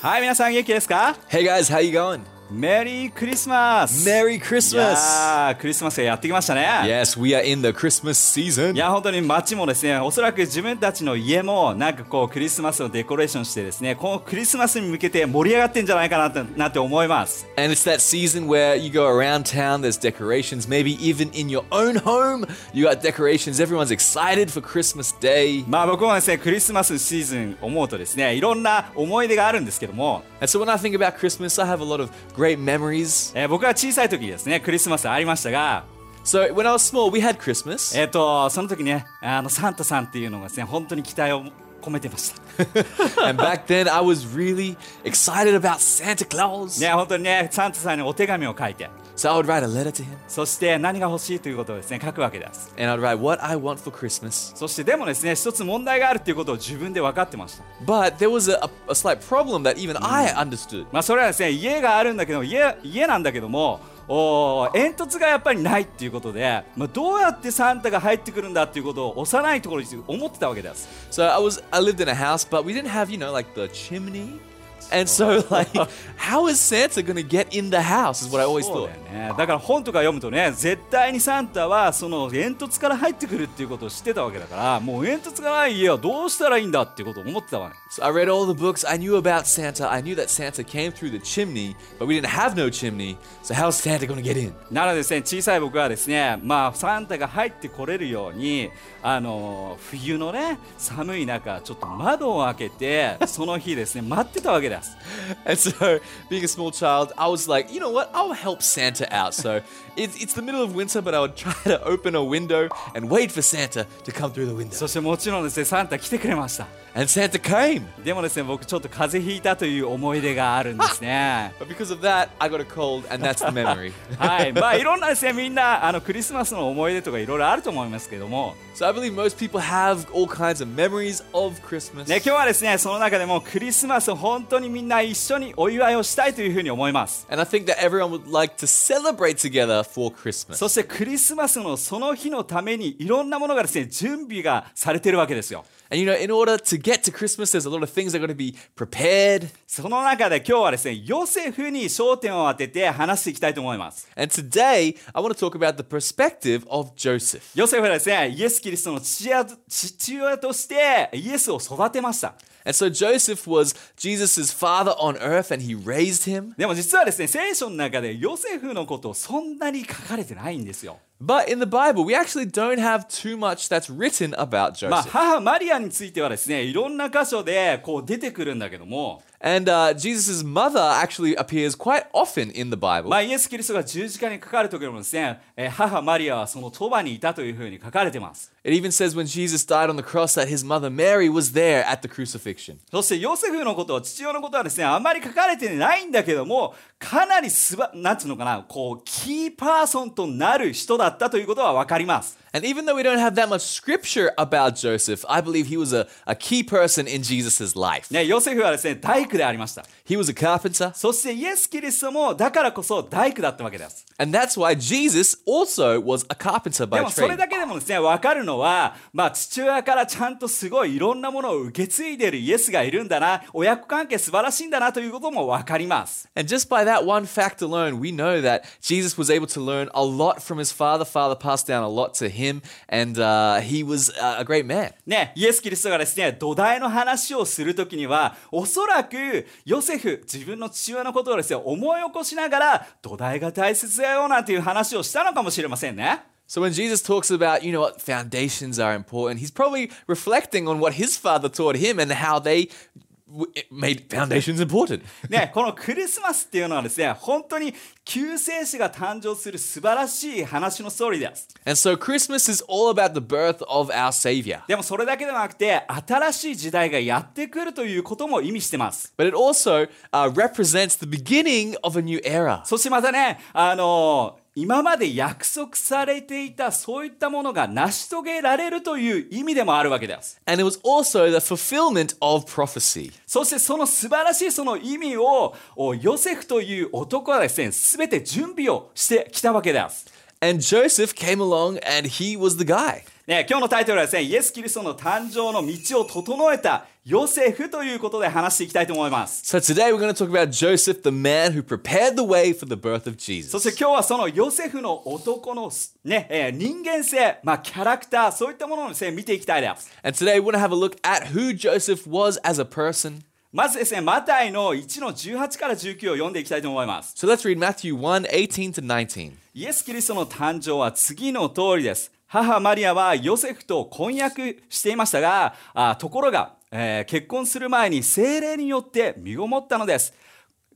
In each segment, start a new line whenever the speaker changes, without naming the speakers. はい、皆さん元気ですか
Hey guys, how you going?
メリークリスマス
Merry
い
Christmas!
やークリスマスがやってきましたね。
Yes, we are in the Christmas season.
いや本当に街もですねおそらく自分たちの家もなんかこうクリスマスのデコレーションしてですねこのクリスマスに向けて盛り上がってんじゃないかなとなって思います
And it's that season where you go around town, there's decorations, maybe even in your own home, you got decorations, everyone's excited for Christmas Day.
まあ僕もですねクリスマスシーズン思うとですねいろんな思い出があるんですけども、
And so when I think about Christmas, I have a lot of great memories.
えー僕は小さい時にですねクリスマスありましたが
So when I was small, we had Christmas.
えっ、とその時ねあのサンタさんっていうのがですね本当に期待を込めてました
and back then, I was really excited about Santa Claus.
ね本当にねサンタさんにお手紙を書いて
So I would write a letter to him,
そして何が欲しいということをですね書くわけです
and I'd write what I want for Christmas.
そしてでもですね一つ問題があるっていうことを自分で分かってました
But there was a, a, a slight problem that even I understood.
まあそれはですね家があるんだけど家家なんだけどもおー煙突がやっぱりないっていうことで、まあ、どうやってサンタが入ってくるんだっていうことを幼いところに思ってたわけです
So I was I lived in a house, but we didn't have you know like the chimney, and so like how is Santa gonna get in the house? Is what I always
そう
thought.
だよねだから本とか読むとね絶対にサンタはその煙突から入ってくるっていうことを知ってたわけだからもう煙突がない家はどうしたらいいんだっていうことを思ってたわけ
So I read all the books. I knew about Santa. I knew that Santa came through the chimney, but we didn't have no chimney. So how's Santa gonna get in?
なのでですね小さい僕はですねまあサンタが入ってこれるようにあの冬のね寒い中ちょっと窓を開けてその日ですね待ってたわけです
And so, being a small child, I was like, you know what? I'll help Santa out. So it's it's the middle of winter, but I would try to open a window and wait for Santa to come through the
そ
window.
してもちろんですねサンタ来てくれました
And Santa came.
でもですね僕ちょっと風邪ひいたという思い出があるんですね
But because of that, I got a cold, and that's the memory.
はいまあいろんなですねみんなあのクリスマスの思い出とかいろいろあると思いますけども
So I believe most people have all kinds of memories of Christmas.
ね今日はですねその中でもクリスマスを本当にみんな一緒にお祝いをしたいというふうに思います
And I think that everyone would like to celebrate together for Christmas.
そしてクリスマスのその日のためにいろんなものがですね準備がされてるわけですよ
and you know, in order to get to Christmas, there's a lot of things that got to be prepared.
その中で今日はですねヨセフに焦点を当てて話していきたいと思います
And today, I want to talk about the perspective of Joseph.
ヨセフはですねイエス・キリストの父親父親としてイエスを育てました
And so Joseph was Jesus' father on earth, and he raised him.
でも実はですね聖書の中でヨセフのことをそんなに書かれてないんですよ
But in the Bible, we actually don't have too much that's written about
まあ
Joseph.
母マリアについてはですねいろんな箇所でこう出てくるんだけども
And uh, Jesus' mother actually appears quite often in the Bible.
まあ、イエス・キリストが十字架にかかる時でもですね、えー母マリアはそのそばにいたというふうに書かれてます。
It even says when Jesus died on the cross that his mother Mary was there at the crucifixion.
そしてヨセフのこと、父親のことはですね、あんまり書かれてないんだけども、かなりすば、なんつうのかな、こう、キーパーソンとなる人だったということはわかります。
And even though we don't have that much scripture about Joseph, I believe he was a, a key person in Jesus' life.
ね、ヨセフはですね、大工でありました。
He was a carpenter,
そしてイエス・キリストも、だからこそ大工だったわけです。
and that's why Jesus also was a carpenter
で
by
もそれ
trade.
だけでもですね、わかるのは、まあ父親からちゃんとすごいいろんなものを受け継いでるイエスがいるんだな、親子関係素晴らしいんだなということもわかります。
And just by that one fact alone, we know that Jesus was able to learn a lot from his father. Father passed down a lot to him, and uh, he was uh, a great man.
ね、イエス・キリストがですね、土台の話をするときには、おそらくヨセフ、自分の父親のことをですね、思い起こしながら、土台が大切だよなんていう話をしたのかもしれませんね。
So when Jesus talks about, you know what, foundations are important, he's probably reflecting on what his father taught him and how they w- made foundations important.
ね、このクリスマスっていうのはですね、本当に救世主が誕生する素晴らしい話のストーリーです。
And so Christmas is all about the birth of our savior.
でもそれだけではなくて新しい時代がやってくるということも意味してます
But it also uh, represents the beginning of a new era.
そしてまたねあのー今まで約束されていたそういったものが成し遂げられるという意味でもあるわけです
And it was also the fulfillment of prophecy.
そしてその素晴らしいその意味をおヨセフという男はですね全て準備をしてきたわけです
And Joseph came along and he was the guy.
ね、今日のタイトルはですね、イエス・キリストの誕生の道を整えたヨセフということで話していきたいと思います
So today we're going to talk about Joseph, the man who prepared the way for the birth of
そ
Jesus.
して今日はそのヨセフの男のすね、えー人間性、まあ、キャラクターそういったものの性見ていきたいです
And today we're going to have a look at who Joseph was as a person.
まずですねマタイの1の18から19を読んでいきたいと思います
So let's read Matthew 1 18 to 19.
イエス・キリストの誕生は次の通りです。母マリアはヨセフと婚約していましたが、あところが、えー結婚する前に精霊によって身ごもったのです。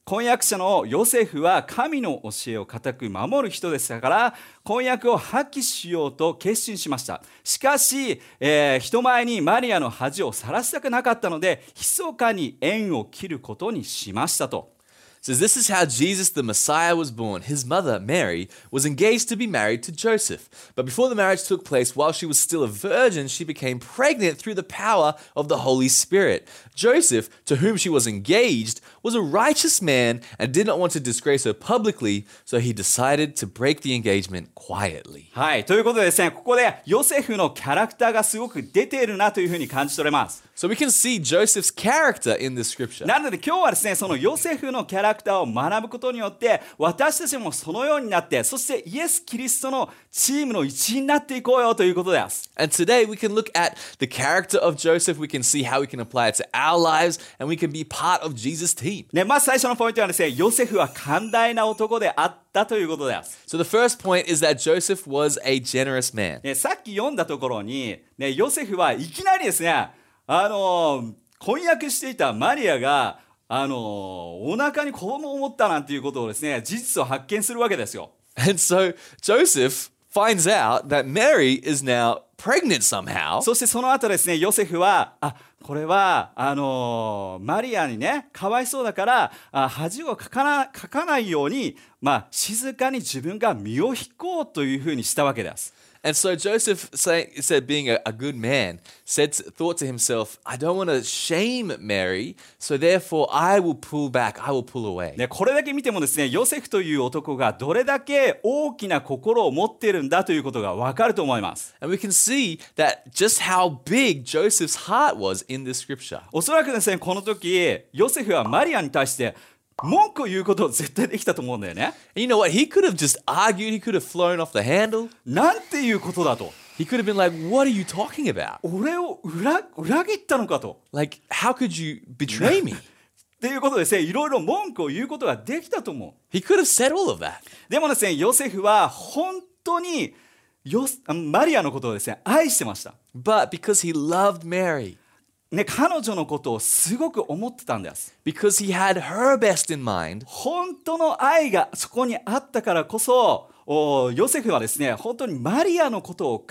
婚約者のヨセフは神の教えを固く守る人でしたから婚約を破棄しようと決心しましたしかし、えー人前にマリアの恥を晒したくなかったので密かに縁を切ることにしましたと
says this is how Jesus the Messiah was born. His mother, Mary, was engaged to be married to Joseph. But before the marriage took place, while she was still a virgin, she became pregnant through the power of the Holy Spirit. Joseph, to whom she was engaged, was a righteous man and did not want to disgrace her publicly, so he decided to break the engagement quietly.
はい。ということでですね、ここでヨセフのキャラクターがすごく出ているなというふうに感じ取れます。
So we can see Joseph's character in this scripture.
なので今日はですね、そのヨセフのキャラクターを学ぶことによって、私たちもそのようになって、そしてイエス・キリストのチームの一員になっていこうよということです。
And today we can look at the character of Joseph, we can see how we can apply it to our lives, and we can be part of Jesus' team.
ね、まず最初のポイントはですね、ヨセフは寛大な男であったということです。
So the first point is that Joseph was a generous man.
ね、さっき読んだところに、ね、ヨセフはいきなりですね、あのー婚約していたマリアが、あのーお腹に子供を持ったなんていうことをですね、事実を発見するわけですよ。
And so Joseph finds out that Mary is now pregnant somehow.
そしてその後ですね、ヨセフは、あ、これは、あのーマリアにね、かわいそうだから、あ恥をかかなかかないように、まあ、静かに自分が身を引こうというふうにしたわけです。
and so Joseph say, said, being a, a good man, said thought to himself, I don't want to shame Mary, so therefore I will pull back, I will pull away.
ね、これだけ見てもですねヨセフという男がどれだけ大きな心を持ってるんだということがわかると思います
And we can see that just how big Joseph's heart was in this scripture.
おそらくですねこの時ヨセフはマリアに対して文句を言うことを絶対できたと思うんだよね
And you know what? He could have just argued, he could have flown off the handle.
なんていうことだと
He could have been like, What are you talking about?
俺を裏裏切ったのかと
Like, how could you betray me?
っていうことでですねいろいろ文句を言うことができたと思う
He could have said all of that.
でもですねヨセフは本当にヨスマリアのことをですね愛してました
But because he loved Mary,
ね彼女のことをすごく思ってたんです
because he had her best in mind,
本当の愛がそこにあったからこそおヨセフはですね本当にマリアのことを考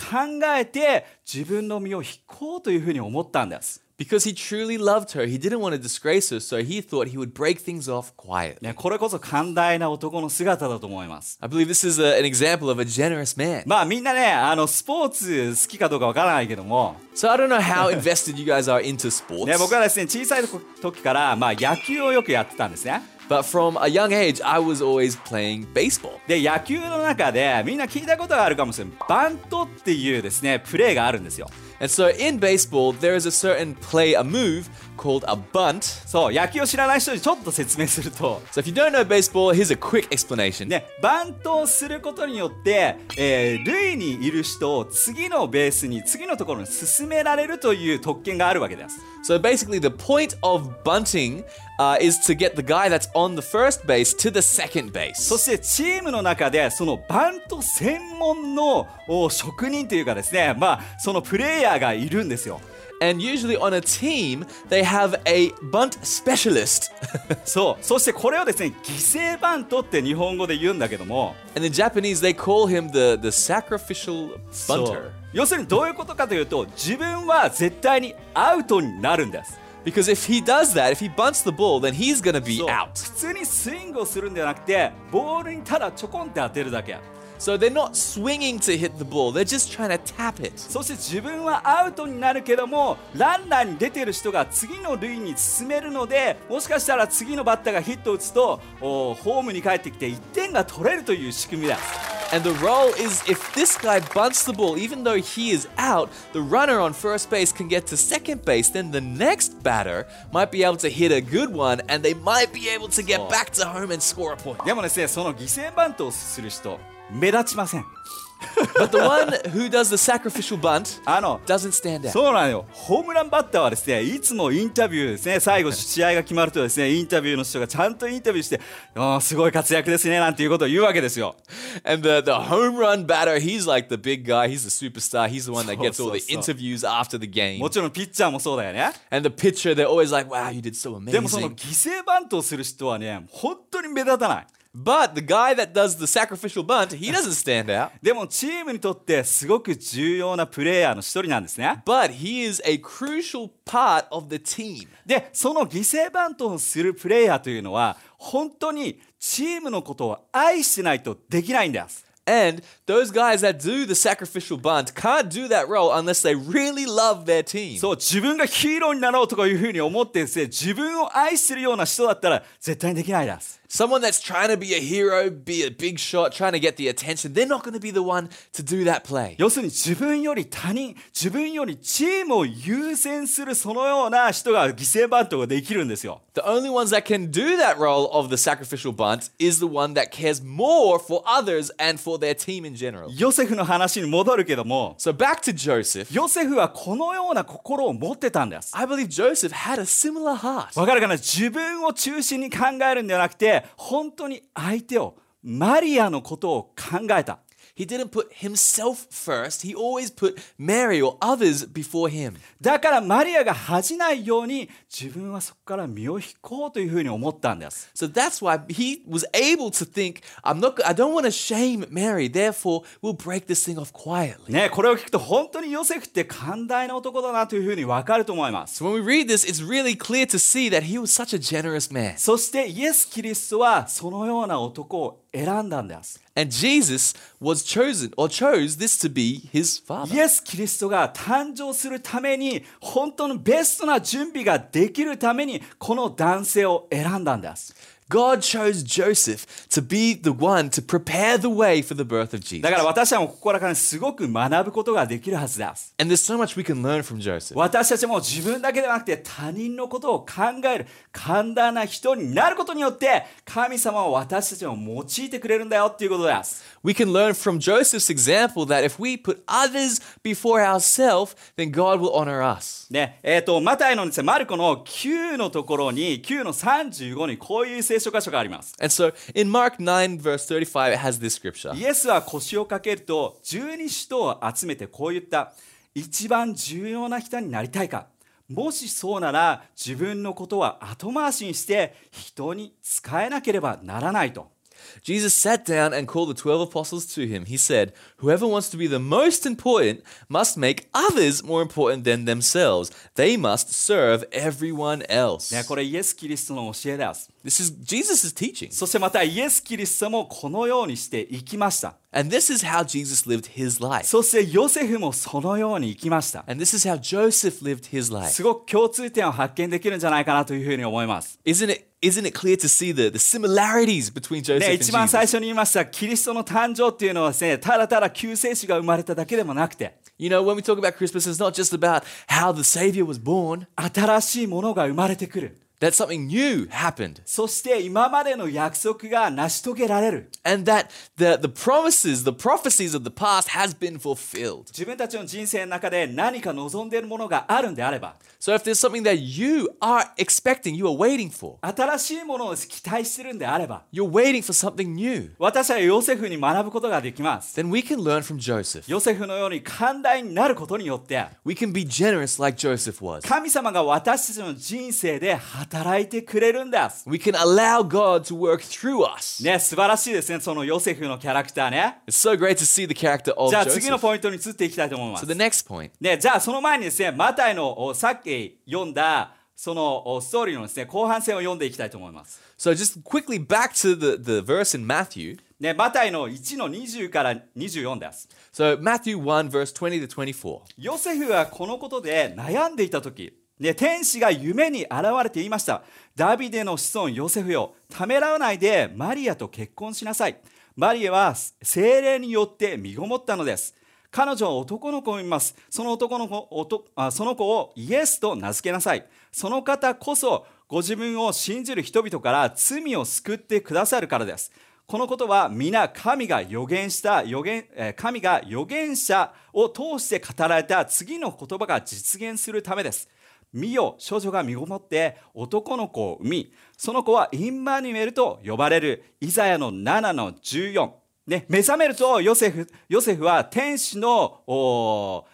えて自分の身を引こうというふうに思ったんです
because he truly loved her, he didn't want to disgrace her, so he thought he would break things off quietly.
ねこれこそ寛大な男の姿だと思います
I believe this is a, an example of a generous man.
まあみんなねあのスポーツ好きかどうかわからないけども、
So I don't know how invested you guys are into
ね、
sports,
僕はですね小さい時から、まあ、野球をよくやってたんですね
but from a young age, I was always playing baseball.
で野球の中でみんな聞いたことがあるかもしれないバントっていうですねプレーがあるんですよ
And so in baseball, there is a certain play, a move called a bunt.
そう野球を知らない人にちょっと説明すると
So if you don't know baseball, here's a quick explanation.
ね、バントをすることによって、えー塁にいる人を次のベースに次のところに進められるという特権があるわけです。
So basically, the point of bunting uh, is to get the guy that's on the first base to the second
そ
base.
してチームの中でそのバント専門のお職人というかですね、まあ、そのプレイヤーがいるんですよ。
And usually on a team, they have a bunt specialist.
そうそしてこれをですね犠牲バントって日本語で言うんだけども
and in Japanese, they call him the, the sacrificial
そ
bunter.
う要するにどういうことかというと自分は絶対にアウトになるんです。
Because if he does that, if he bunts the ball, then he's going to be
そう
out.
普通にスイングをするんじゃなくてボールにただちょこんって当てるだけ
So they're not swinging to hit the ball, they're just trying to tap it.
そして自分はアウトになるけどもランナーに出てる人が次の塁に進めるのでもしかしたら次のバッターがヒットを打つとおーホームに帰ってきて1点が取れるという仕組みです
And the role is if this guy bunts the ball, even though he is out, the runner on first base can get to second base. Then the next batter might be able to hit a good one and they might be able to
Oh.
get back to home and score a point.
でもですねその犠牲バントをする人目立ちません
But the one who does the sacrificial bunt
あの
doesn't stand out.
そうなのよホームランバッターはですねいつもインタビューですね最後試合が決まるとですねインタビューの人がちゃんとインタビューしてあーすごい活躍ですねなんていうことを言うわけですよ
And the, the home run batter, he's like the big guy, he's the superstar, he's the one that
So,
gets all
so,
the
so.
interviews after the game.
もちろんピッチャーもそうだよね
And the pitcher, they're always like, wow, you did so
でもその
amazing.
犠牲バントをする人はね本当に目立たない
But the guy that does the sacrificial bunt, he doesn't stand out.
でもチームにとってすごく重要なプレイヤーの一人なんですね
but he is a crucial part of the team.
でその犠牲バントをするプレイヤーというのは本当にチームのことを愛してないとできないんです
And those guys that do the sacrificial bunt can't do that role unless they really love their team.
そう自分がヒーローになろうとかいうふうに思ってですね自分を愛してるような人だったら絶対にできないです
Someone that's trying to be a hero, be a big shot, trying to get the attention, they're not going to be the one to do that play.
要するに自分より他人自分よりチームを優先するそのような人が犠牲バントができるんですよ
The only ones that can do that role of the sacrificial bunt is the one that cares more for others and for their team in general.
ヨセフの話に戻るけども
So back to Joseph.
ヨセフはこのような心を持ってたんです
I believe Joseph had a similar heart.
わかるかな自分を中心に考えるんではなくて本当に相手をマリアのことを考えた
He didn't put himself first. He always put Mary or others before him.
だからマリアが恥じないように自分はそこから身を引こうというふうに思ったんです
So that's why he was able to think, I'm not I don't want to shame Mary, therefore we'll break this thing off quietly.
ねこれを聞くと本当にヨセフって寛大な男だなというふうにわかると思います
So when we read this, it's really clear to see that he was such a generous man.
そしてイエス・キリストはそのような男を選んだんです
And Jesus was chosen or chose this to be his father.
イエス・キリストが誕生するために本当のベストな準備ができるためにこの男性を選んだんです
God chose Joseph to be the one to prepare the way for the birth of
だから
Jesus.
私たちもここからすごく学ぶことができるはずです
And there's so much we can learn from Joseph.
私たちも自分だけではなくて他人のことを考える簡単な人になることによって神様は私たちを用いてくれるんだよっていうことです
We can learn from Joseph's example that if we put others before ourselves, then God will honor us.
ねえー、とマタイのですねマルコの9のところに9の35にこういう聖書箇所があります
And so in Mark 9, verse 35, it has this scripture
イエスは腰をかけると十二使徒を集めてこう言った一番重要な人になりたいかもしそうなら自分のことは後回しにして人に仕えなければならないと
Jesus sat down and called the 12 apostles to him. He said, Whoever wants to be the most important must make others more important than themselves. They must serve everyone else.
ね、これイエス・キリストの教えです。
This is Jesus' teaching.
そしてまたイエス・キリストもこのようにして生きました。
And this is how Jesus lived his life.
そしてヨセフもそのように生きました。
And this is how Joseph lived his life.
すごく共通点を発見できるんじゃないかなというふうに思います。
Isn't it, isn't it clear to see the, the similarities between Joseph
ね、
and
一番
Jesus?
最初に言いましたキリストの誕生っていうのはですね、ただただ救世主が生まれただけでもなくて、
You know, when we talk about Christmas, it's not just about how the Savior was born,
新しいものが生まれてくる。
that something new happened,
そして今までの約束が成し遂げられる。
and that the, the promises, the prophecies of the past has been fulfilled.
自分たちの人生の中で何か望んでいるものがあるんであれば、
So if there's something that you are expecting, you are waiting for,
新しいものを期待してるんであれば、
you're waiting for something new,
私はヨセフに学ぶことができます。
then we can learn from Joseph.
ヨセフのように寛大になることによって、
We can be generous like Joseph was.
神様が私たちの人生で働いてくれるんです。
We can allow God to work through us.
ね、素晴らしいですね、そのヨセフのキャラクターね。
It's so great to see the character of
じゃあ次の
Joseph.
ポイントに移っていきたいと思いま
So
す
the。next point
ね、じゃあその前にですね、マタイのおさっき読んだ、そのおストーリーのですね、後半戦を読んでいきたいと思います。
So just quickly back to the, the verse in Matthew.
ね、マタイの1の20から24です。
So Matthew 1, verse 20 to 24.
ヨセフはこのことで悩んでいた時で天使が夢に現れて言いましたダビデの子孫ヨセフよためらわないでマリアと結婚しなさいマリアは精霊によって身ごもったのです彼女は男の子を産みますその男の子おとあその子をイエスと名付けなさいその方こそご自分を信じる人々から罪を救ってくださるからですこのことは皆神が予言した予言えー神が預言者を通して語られた次の言葉が実現するためです見よ少女が身ごもって男の子を産みその子はインマニュエルと呼ばれるイザヤの7の14、ね、目覚めるとヨセフヨセフは天使のおー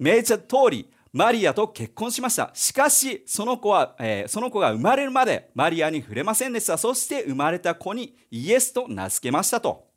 命じた通りマリアと結婚しましたしかしその子は、えーその子が生まれるまでマリアに触れませんでしたそして生まれた子にイエスと名付けましたと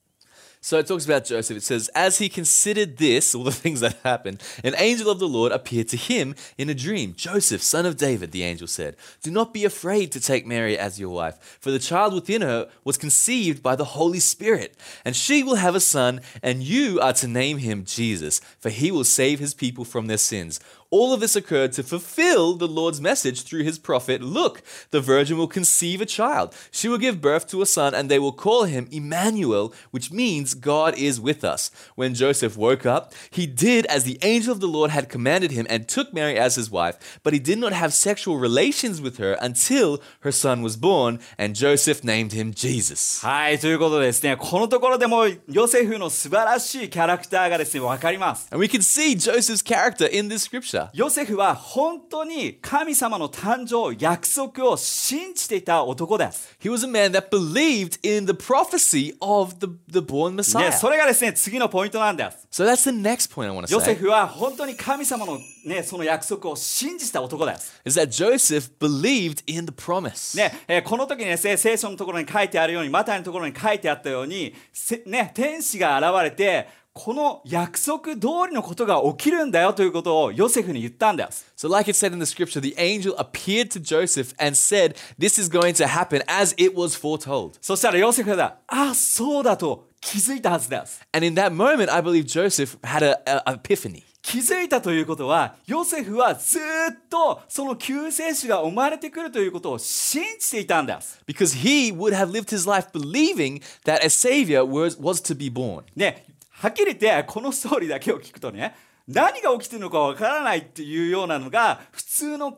So it talks about Joseph. It says, As he considered this, all the things that happened, an angel of the Lord appeared to him in a dream. Joseph, son of David, the angel said, Do not be afraid to take Mary as your wife, for the child within her was conceived by the Holy Spirit, and she will have a son, and you are to name him Jesus, for he will save his people from their sins. All of this occurred to fulfill the Lord's message through his prophet. Look, the virgin will conceive a child. She will give birth to a son, and they will call him Emmanuel, which means God is with us. When Joseph woke up, he did as the angel of the Lord had commanded him and took Mary as his wife, but he did not have sexual relations with her until her son was born, and Joseph named him Jesus.
はいということでですねこのところでもヨセフの素晴らしいキャラクターがですね分かります
And we can see Joseph's character in this scripture.
ヨセフは本当に神様の誕生約束を信じていた男です、
He was a man that believed in the prophecy of the, the born
ね、
Messiah.
それがですね次のポイントなんです
So that's the next point I want to
ヨセ
say
フは本当に神様のねその約束を信じた男です、
is that Joseph believed in the promise.
ねえーこの時にですね聖書のところに書いてあるようにマタイのところに書いてあったようにせね天使が現れてこの約束通りのことが起きるんだよということをヨセフに言ったんです
So, like it said in the scripture, the angel appeared to Joseph and said, This is going to happen as it was foretold.
そしたらヨセフがあそうだと気づいたはずです
And in that moment, I believe Joseph had a, a epiphany.
気づいたということはヨセフはずっとその救世主が生まれてくるということを信じていたんです
Because he would have lived his life believing that a savior was, was to be born.
ねはっきり言ってこのストーリーだけを聞くとね何が起きてるのかわからないっていうようなのが普通の考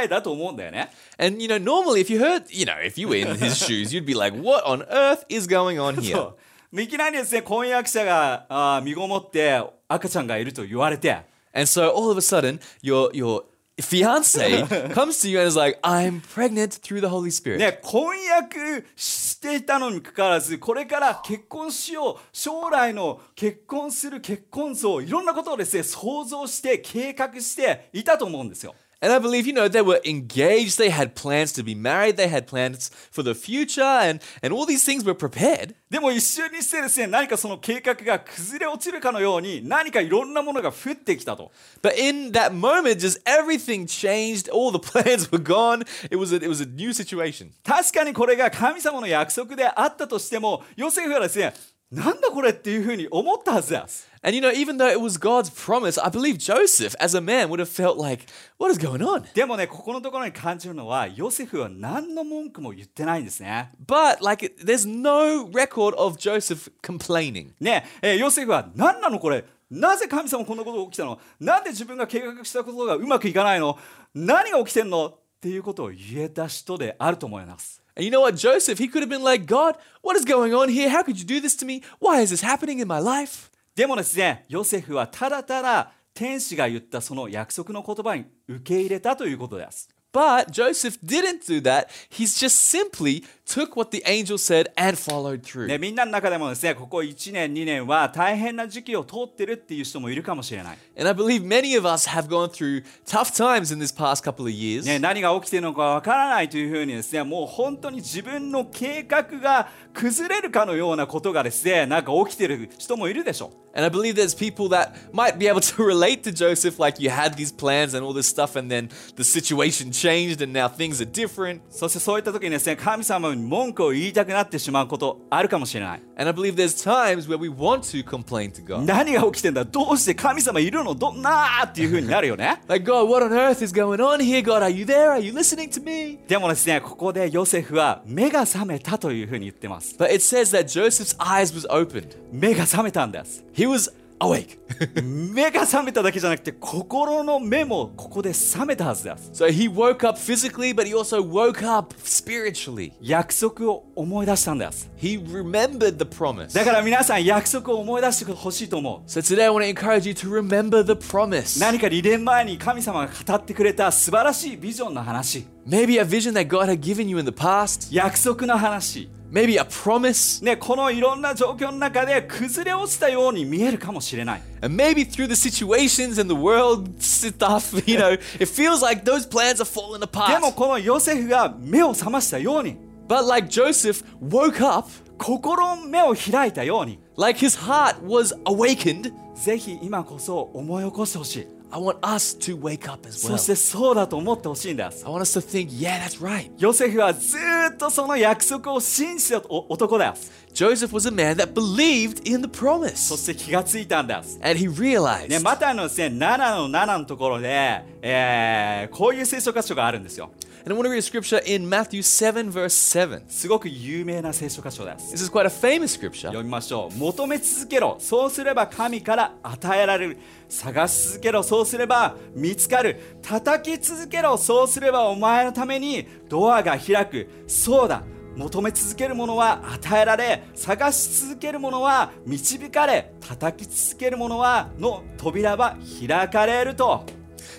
えだと思うんだよね
And you know, normally if you heard, you know, if you were in his shoes, you'd be like, What on earth is going on here?
そういきなりですね婚約者があー身ごもって赤ちゃんがいると言われて
And so all of a sudden, your your fiance comes to you and is like, "I'm pregnant through the Holy Spirit."
ね、婚約していたのにかかわらずこれから結婚しよう将来の結婚する結婚像いろんなことをですね想像して計画していたと思うんですよ。
And I believe you know they were engaged, they had plans to be married, they had plans for the future, and and all these things were prepared.
でも一瞬にしてですね何かその計画が崩れ落ちるかのように何かいろんなものが降ってきたと
But in that moment, just everything changed. All the plans were gone. It was a, it was a new situation.
確かにこれが神様の約束であったとしてもヨセフはですねなんだこれっていうふうに思ったはずです。
And you know, even though it was God's promise, I believe Joseph, as a man, would have felt like, "What is going on?"
でもねここのところに感じるのはヨセフは何の文句も言ってないんですね。
But like, it- there's no record of Joseph complaining.
ねえーヨセフは何なのこれなぜ神様こんなことが起きたのなんで自分が計画したことがうまくいかないの何が起きてんのっていうことを言えた人であると思います。
And you know what, Joseph, he could have been like, God, what is going on here? How could you do this to me? Why is this happening in my life?
でもですねヨセフはただただ天使が言ったその約束の言葉に受け入れたということです。
But Joseph didn't do that. He's just simply took what the angel said and followed through.
ね、みんなの中でもですねここ1年2年は大変な時期を通ってるっていう人もいるかもしれない。
And I believe many of us have gone through tough times in this past couple of years.
ね、何が起きてるのかわからないというふうにですねもう本当に自分の計画が崩れるかのようなことがですねなんか起きてる人もいるでしょ
And I believe there's people that might be able to relate to Joseph, like you had these plans and all this stuff, and then the situation changed, and now things are different.
そしてそういった時にですね神様に文句を言いたくなってしまうことあるかもしれない
And I believe there's times where we want to complain to God.
何が起きてんだどうして神様いるのどんなーっていう風になるよね
Like, God, what on earth is going on here? God, are you there? Are you listening to me?
でもですねここでヨセフは目が覚めたという風に言ってます
But it says that Joseph's eyes was opened.
目が覚めたんです
He was awake.
目が覚めただけじゃなくて心の目もここで覚めたはずです
so he woke up physically, but he also woke up spiritually.
約束を思い出したんです
He remembered the promise.
だから皆さん約束を思い出してほしいと思う
So today I want to encourage you to remember the promise.
何か2年前に神様が語ってくれた素晴らしいビジョンの話
Maybe a vision that God had given you in the past,
約束の話
maybe a promise,
ね、このいろんな状況の中で崩れ落ちたように見えるかもしれない
and maybe through the situations and the world stuff, you know, it feels like those plans are falling
で
apart.
もこのヨセフが目を覚ましたように
But like Joseph woke up,
心の目を開いたように
like his heart was awakened,
ぜひ今こそ思い起こしてほしい
I want us to wake up as
そ
well.
してそうだと思ってほしいんです
I want us to think, yeah, that's right.
ヨセフはずーっとその約束を信じたお男です。
Joseph was a man that believed in
そ
the promise.
して気がついたんです。
And he realized.
ね、マタイのですね、7の7のところで、えーこういう聖書箇所があるんですよ。
And I want to read a scripture in Matthew 7, verse 7.
すごく有名な聖書箇所です。
This is quite a famous scripture.
読みましょう。求め続けろ。そうすれば神から与えられる。探し続けろ。そうすれば見つかる。叩き続けろ。そうすればお前のためにドアが開く。そうだ。求め続けるものは与えられ、探し続けるものは導かれ、叩き続けるものはの扉は開かれると。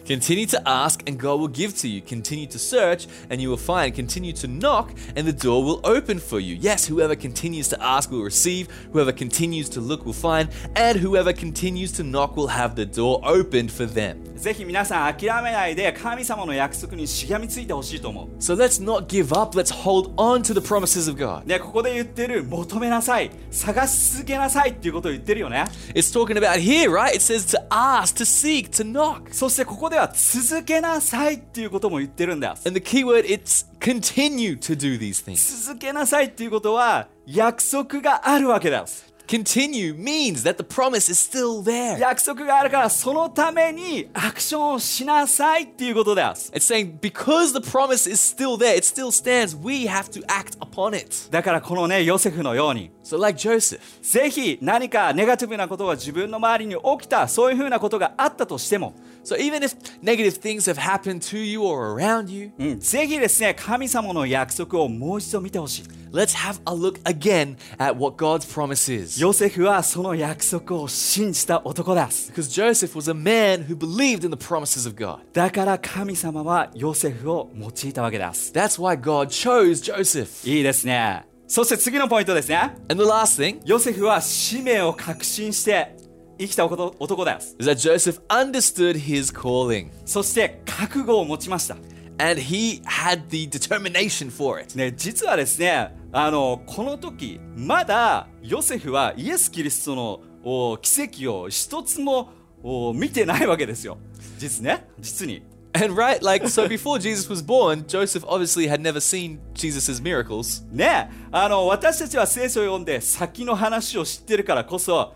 Continue to ask, and God will give to you. Continue to search, and you will find. Continue to knock, and the door will open for you. Yes, whoever continues to ask will receive. Whoever continues to look will find. And whoever continues to knock will have the door opened for them.
ぜひ皆さん諦めないで神様の約束にしがみついてほしいと思う。
So let's not give up. Let's hold on to the promises of God.
で、ここで言ってる求めなさい、探し続けなさいっていうことを言ってるよね。
It's talking about here, right? It says to ask, to seek, to knock.
そしてここでは続けなさいっていうことも言ってるんだ。
And the key word, it's continue to do these things.
続けなさいっていうことは約束があるわけです。
Continue means that the promise is still there.
約束があるからそのためにアクションをしなさいっていうことです。
It's saying because the promise is still there, it still stands, we have to act upon it.
だからこのね、ヨセフのように、
So, like Joseph,
ぜひ何かネガティブなことが自分の周りに起きた、そういうふうなことがあったとしても、
so even if negative things have happened to you or around you,
うんぜひですね、神様の約束をもう一度見てほしい。
let's have a look again at what God's promise is.
ヨセフはその約束を信じた男です。
Because Joseph was a man who believed in the promises of God.
だから神様はヨセフを用いたわけです。
That's why God chose Joseph.
いいですね。そして次のポイントですね。
And the last thing
ヨセフは使命を確信して生きた男男です。
is that Joseph understood his calling
そして覚悟を持ちました。
and he had the determination for it.
ね、実はですね、あの、この時、まだヨセフはイエス・キリストのお奇跡を一つもお見てないわけですよ。実ね、実に。
And right, like, so before Jesus was born, Joseph obviously had never seen Jesus' miracles.
ねあの私たちは聖書を読んで先の話を知ってるからこそ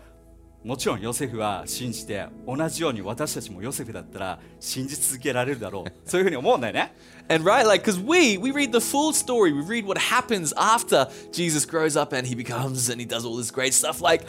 もちろんヨセフは信じて同じように私たちもヨセフだったら信じ続けられるだろうそういうふうに思うんだよね
And right, like, because we we read the full story, we read what happens after Jesus grows up and he becomes and he does all this great stuff. Like,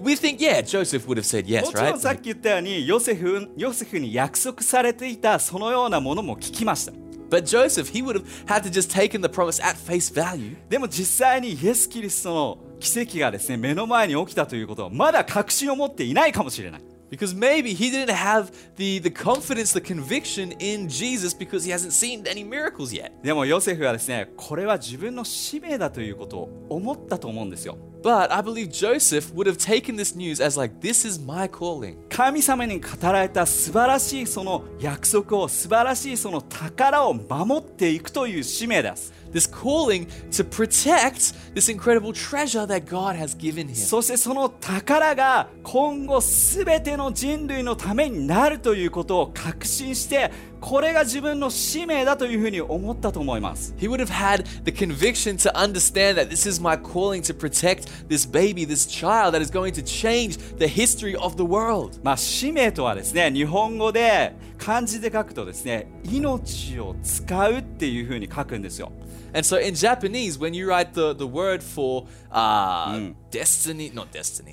we think, yeah, Joseph would have said
も
yes,
ちろん
right?
さっき言ったようにヨセフヨセフに約束されていたそのようなものも聞きました
But Joseph, he would have had to just taken the promise at face value.
でも実際にイエス・キリストの奇跡がですね目の前に起きたということはまだ確信を持っていないかもしれない
Because maybe he didn't have the the confidence, the conviction in Jesus because he hasn't seen any miracles yet.
でもヨセフはですねこれは自分の使命だということを思ったと思うんですよ
But I believe Joseph would have taken this news as like, this is my calling.
神様に語られた素晴らしいその約束を素晴らしいその宝を守っていくという使命です
this calling to protect this incredible treasure that God has given him.
そしてその宝が今後すべての人類のためになるということを確信してこれが自分の使命だというふうに思ったと思います
He would have had the conviction to understand that this is my calling to protect this baby, this child that is going to change the history of the world.
まあ使命とはですね日本語で漢字で書くとですね命を使うっていうふうに書くんですよ
And so in Japanese, when you write the, the word for uh, destiny, not destiny,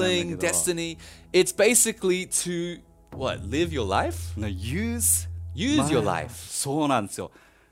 Hmm. Destiny な
calling,
んだけど。
destiny, it's basically to what? Live your life?
ね use
Use your
my-
life.
そうなんですよ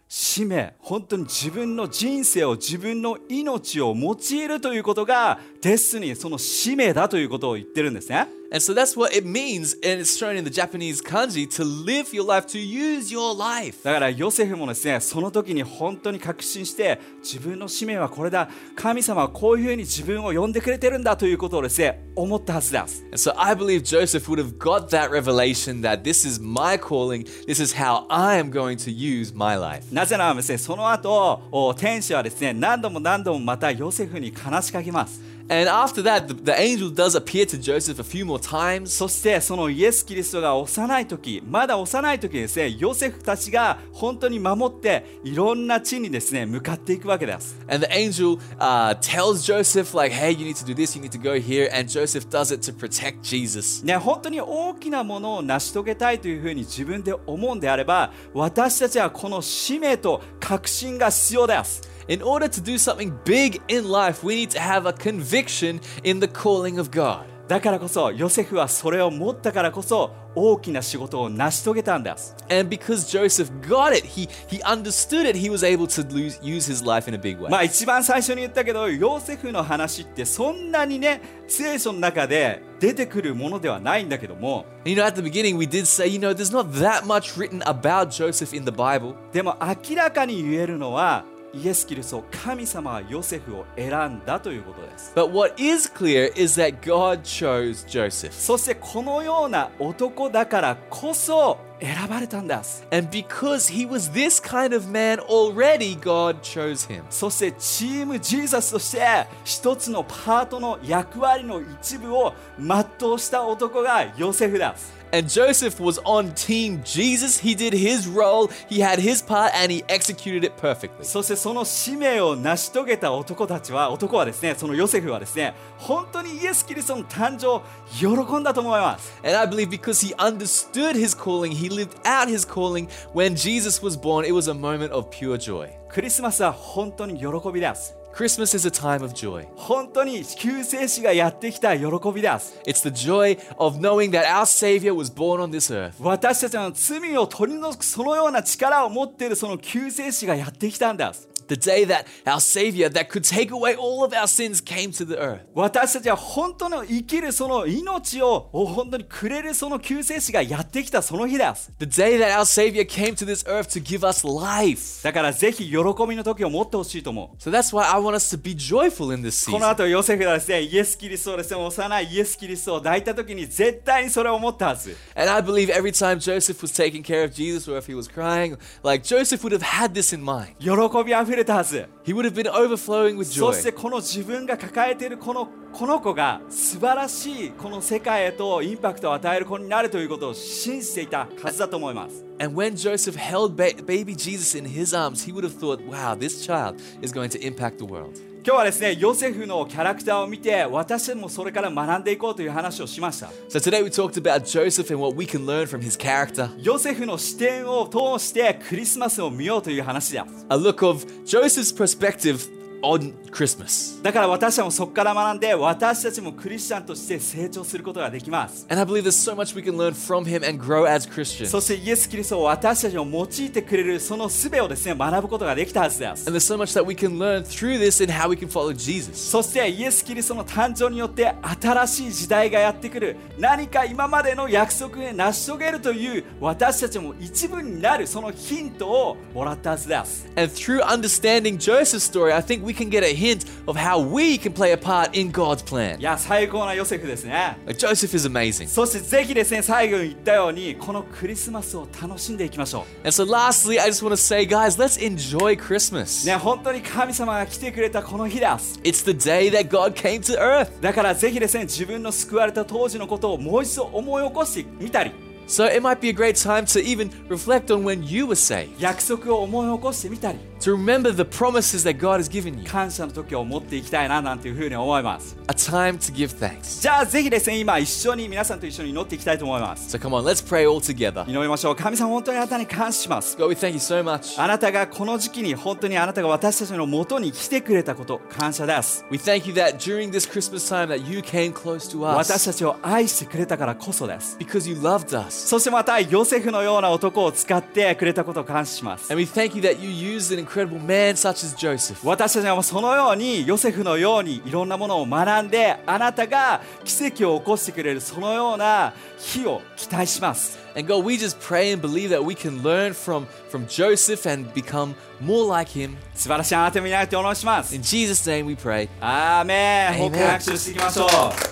使命本当に自分の人生を自分の命を用いるということがデスニーその使命だということを言ってるんですね
And so that's what it means, and it's shown in the Japanese kanji to live your life, to use your life.
だからヨセフもですねその時に本当に確信して自分の使命はこれだ神様はこういうふうに自分を呼んでくれてるんだということをですね思ったはずです。
And so I believe Joseph would have got that revelation that this is my calling, this is how I am going to use my life.
なぜならですねその後お天使はですね何度も何度もまたヨセフに話しかけます。
And after that, the, the angel does appear to Joseph a few more times.
そしてそのイエス・キリストが幼い時まだ幼い時にですねヨセフたちが本当に守っていろんな地にですね向かっていくわけです。
And the angel uh, tells Joseph, like, hey, you need to do this, you need to go here. And Joseph does it to protect Jesus.
ね、本当に大きなものを成し遂げたいというふうに自分で思うんであれば私たちはこの使命と確信が必要です。
In order to do something big in life, we need to have a conviction in the calling of God.
だからこそヨセフはそれを持ったからこそ大きな仕事を成し遂げたんです。
And because Joseph got it, he, he understood it, he was able to lose, use his life in a big way.
まあ一番最初に言ったけどヨセフの話ってそんなにね聖書の中で出てくるものではないんだけども
You know, at the beginning, we did say, you know, there's not that much written about Joseph in the Bible,
でも明らかに言えるのはイエス・キリスト神様はヨセフを選んだということです。
but what is clear is that God chose Joseph.
そしてこのような男だからこそ選ばれたんです。
And because he was this kind of man already, God chose him.
そしてチームジーザスとして一つのパートの役割の一部を全うした男がヨセフです。
And Joseph was on Team Jesus. He did his role, he had his part, and he executed it perfectly.
そしてその使命を成し遂げた男たちは男はですねそのヨセフはですね本当にイエス・キリストの誕生を喜んだと思います。
And I believe because he understood his calling, he lived out his calling, when Jesus was born, it was a moment of pure joy.
クリスマスは本当に喜びです。
Christmas is a time of joy.
本当に救世主がやってきた喜びです。
It's the joy of knowing that our Savior was born on this earth.
私たちの罪を取り除くそのような力を持っているその救世主がやってきたんです。
The day that our Savior, that could take away all of our sins, came to the earth.
私たちは本当の生きるその命を本当にくれるその救世主がやってきたその日です。
The day that our Savior came to this earth to give us life.
だからぜひ喜びの時を持ってほしいと思う。
So that's why I want us to be joyful in this
この
season.
後ヨセフがですねイエス・キリストをですね幼いイエス・キリストを抱いた時に絶対にそれを思ったはず
And I believe every time Joseph was taking care of Jesus or if he was crying, like Joseph would have had this in mind.
喜びあふれたはず
He would have been overflowing with
そ
joy.
してこの自分が抱えているこのこの子が素晴らしいこの世界へとインパクトを与える子になるということを信じていたはずだと思います
And when Joseph held ba- baby Jesus in his arms, he would have thought, wow, this child is going to impact the world.
今日はですねヨセフのキャラクターを見て私もそれから学んでいこうという話をしました
So today we talked about Joseph and what we can learn from his character.
ヨセフの視点を通してクリスマスを見ようという話です
A look of Joseph's perspective on Christmas.
だから私たちもそこから学んで私たちもクリスチャンとして成長することができます
And I believe there's so much we can learn from him and grow as Christians.
そしてイエス・キリストを私たちを用いてくれるその術をですね学ぶことができたはずです
and there's so much that we can learn through this and how we can follow Jesus.
そしてイエス・キリストの誕生によって新しい時代がやってくる何か今までの約束へ成し遂げるという私たちも一部になるそのヒントをもらったはずです
And through understanding Joseph's story, I think we can get a hint of how we can play a part in God's
い
plan.
や最高なヨセフですね
Like Joseph is amazing.
そしてぜひですね最後に言ったようにこのクリスマスを楽しんでいきましょ
And so lastly, I just want to say guys, let's enjoy Christmas.
うね本当に神様が来てくれたこの日です
It's the day that God came to earth.
だからぜひですね自分の救われた当時のことをもう一度思い起こしてみたり
So it might be a great time to even reflect on when you were saved,
約束を思い起こしてみたり
to remember the promises that God has given you,
感謝の時を持っていきたいななんていうふうに思います
a time to give thanks.
じゃあぜひですね今一緒に皆さんと一緒に祈っていきたいと思います
So come on, let's pray all together.
祈りましょう神様本当にあなたに感謝します
God, we thank you so much.
あなたがこの時期に本当にあなたが私たちの元に来てくれたこと感謝です
We thank you that during this Christmas time that you came close to
私
us
たちを愛してくれたからこそです
because you loved us.
そしてまたヨセフのような男を使ってくれたことを感謝します
And we thank you that you used an incredible man such as Joseph
私たちはそのようにヨセフのようにいろんなものを学んであなたが奇跡を起こしてくれるそのような日を期待します
And God, we just pray and believe that we can learn from, from Joseph and become more like him.
素晴らしいあなたを見なってお願いします
In Jesus' name we pray.
アーメン
Amen
報告拍手していきましょう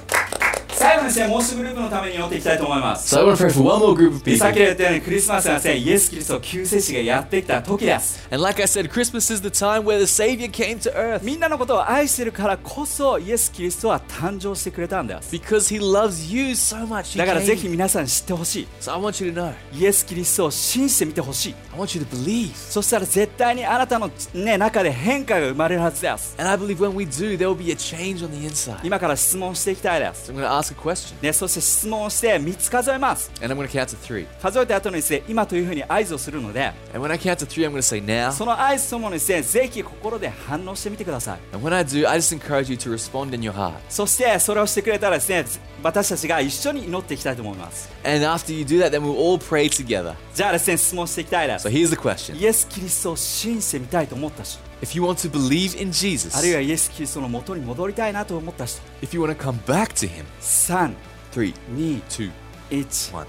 最後にですねもう一グループのために祈っていきたいと思います
So I want to pray for one more group of
さっ
people.
き言ったようにクリスマスはですねイエス・キリスト救世主がやってきた時です
And like I said, Christmas is the time where the Savior came to earth
みんなのことを愛してるからこそイエス・キリストは誕生してくれたんです
because he loves you so much. He
だからぜひ
came.
皆さん知ってほし
So I want you to know.
いイエス・キリストを信じてみてほしい
I want you to believe.
そしたら絶対にあなたの、ね、中で変化が生まれるはずです。
And I believe when we do, there will be a change on the inside.
今から質問していきたいです。
So I'm going to ask a question
ね、そして質問をして3つ数えます。
and I'm going to count to three.
数えた後にですね、今というふうに合図をするので、
And when I count to three, I'm going to say now.
その合図ともにですね、ぜひ心で反応してみてください。
And when I do, I just encourage you to respond in your heart.
そしてそれをしてくれたらですね、私たちが一緒に祈っていきたいと思います。
And after you do that, then we'll all pray together.
じゃあですね、質問していきたいで
So
す。
here's the question
イエス・キリストを信じてみたいと思った人、
If you want to believe
ある
in
い
Jesus,
はイエス・キリストの元に戻りたいなと思った人、
if you want to come back to Him,
3、
three,
2、
two,
1、
one.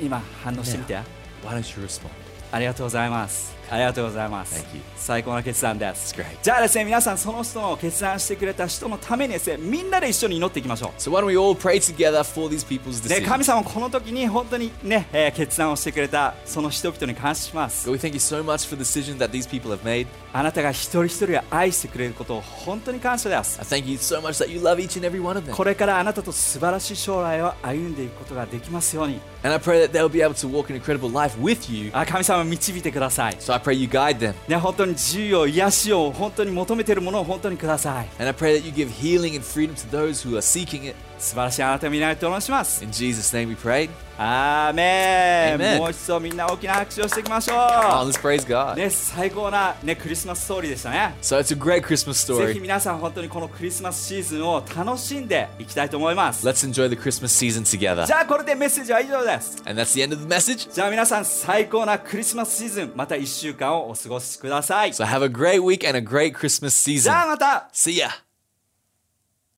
今反応してみて。
Why don't you respond?
ありがとうございます。ありがとうございます
Thank you.。
最高な決断です。
It's great.
じゃあですね、皆さん、その人の決断してくれた人のためにですね、みんなで一緒に祈っていきましょ
So why don't we all pray together for these people's
う。ね、神
decisions?
様、この時に本当にね、えー決断をしてくれたその人々に感謝します
God,。we thank you so much for the decision that these people have made.
あなたが一人一人を愛してくれることを本当に感謝です。
I thank you so much that you love each and every one of them.
これからあなたと素晴らしい将来を歩んでいくことができますように、
And I pray that they'll be able to walk an incredible life with you.
あ神様、導いてください。
So I pray you guide them.
ね、本当に自由を、癒しを、本当に求めているものを本当にください。
And I pray that you give healing and freedom to those who are seeking it.
素晴らしいあなたを見ないとお願いします。
In Jesus' name we pray.
アーメン
Amen
もう一度みんな大きな拍手をしていきましょ
Oh,
う
let's praise God.
ね、最高な、ね、クリスマスストーリーでしたね
So it's a great Christmas
ぜひ
story.
皆さん本当にこのクリスマスシーズンを楽しんでいきたいと思います
Let's enjoy the Christmas season together.
じゃあこれでメッセージは以上です
And that's the end of the message.
じゃあ皆さん最高なクリスマスシーズンまた1週間をお過ごしください
So have a great week and a great Christmas
じ
season.
ゃあまた
See ya.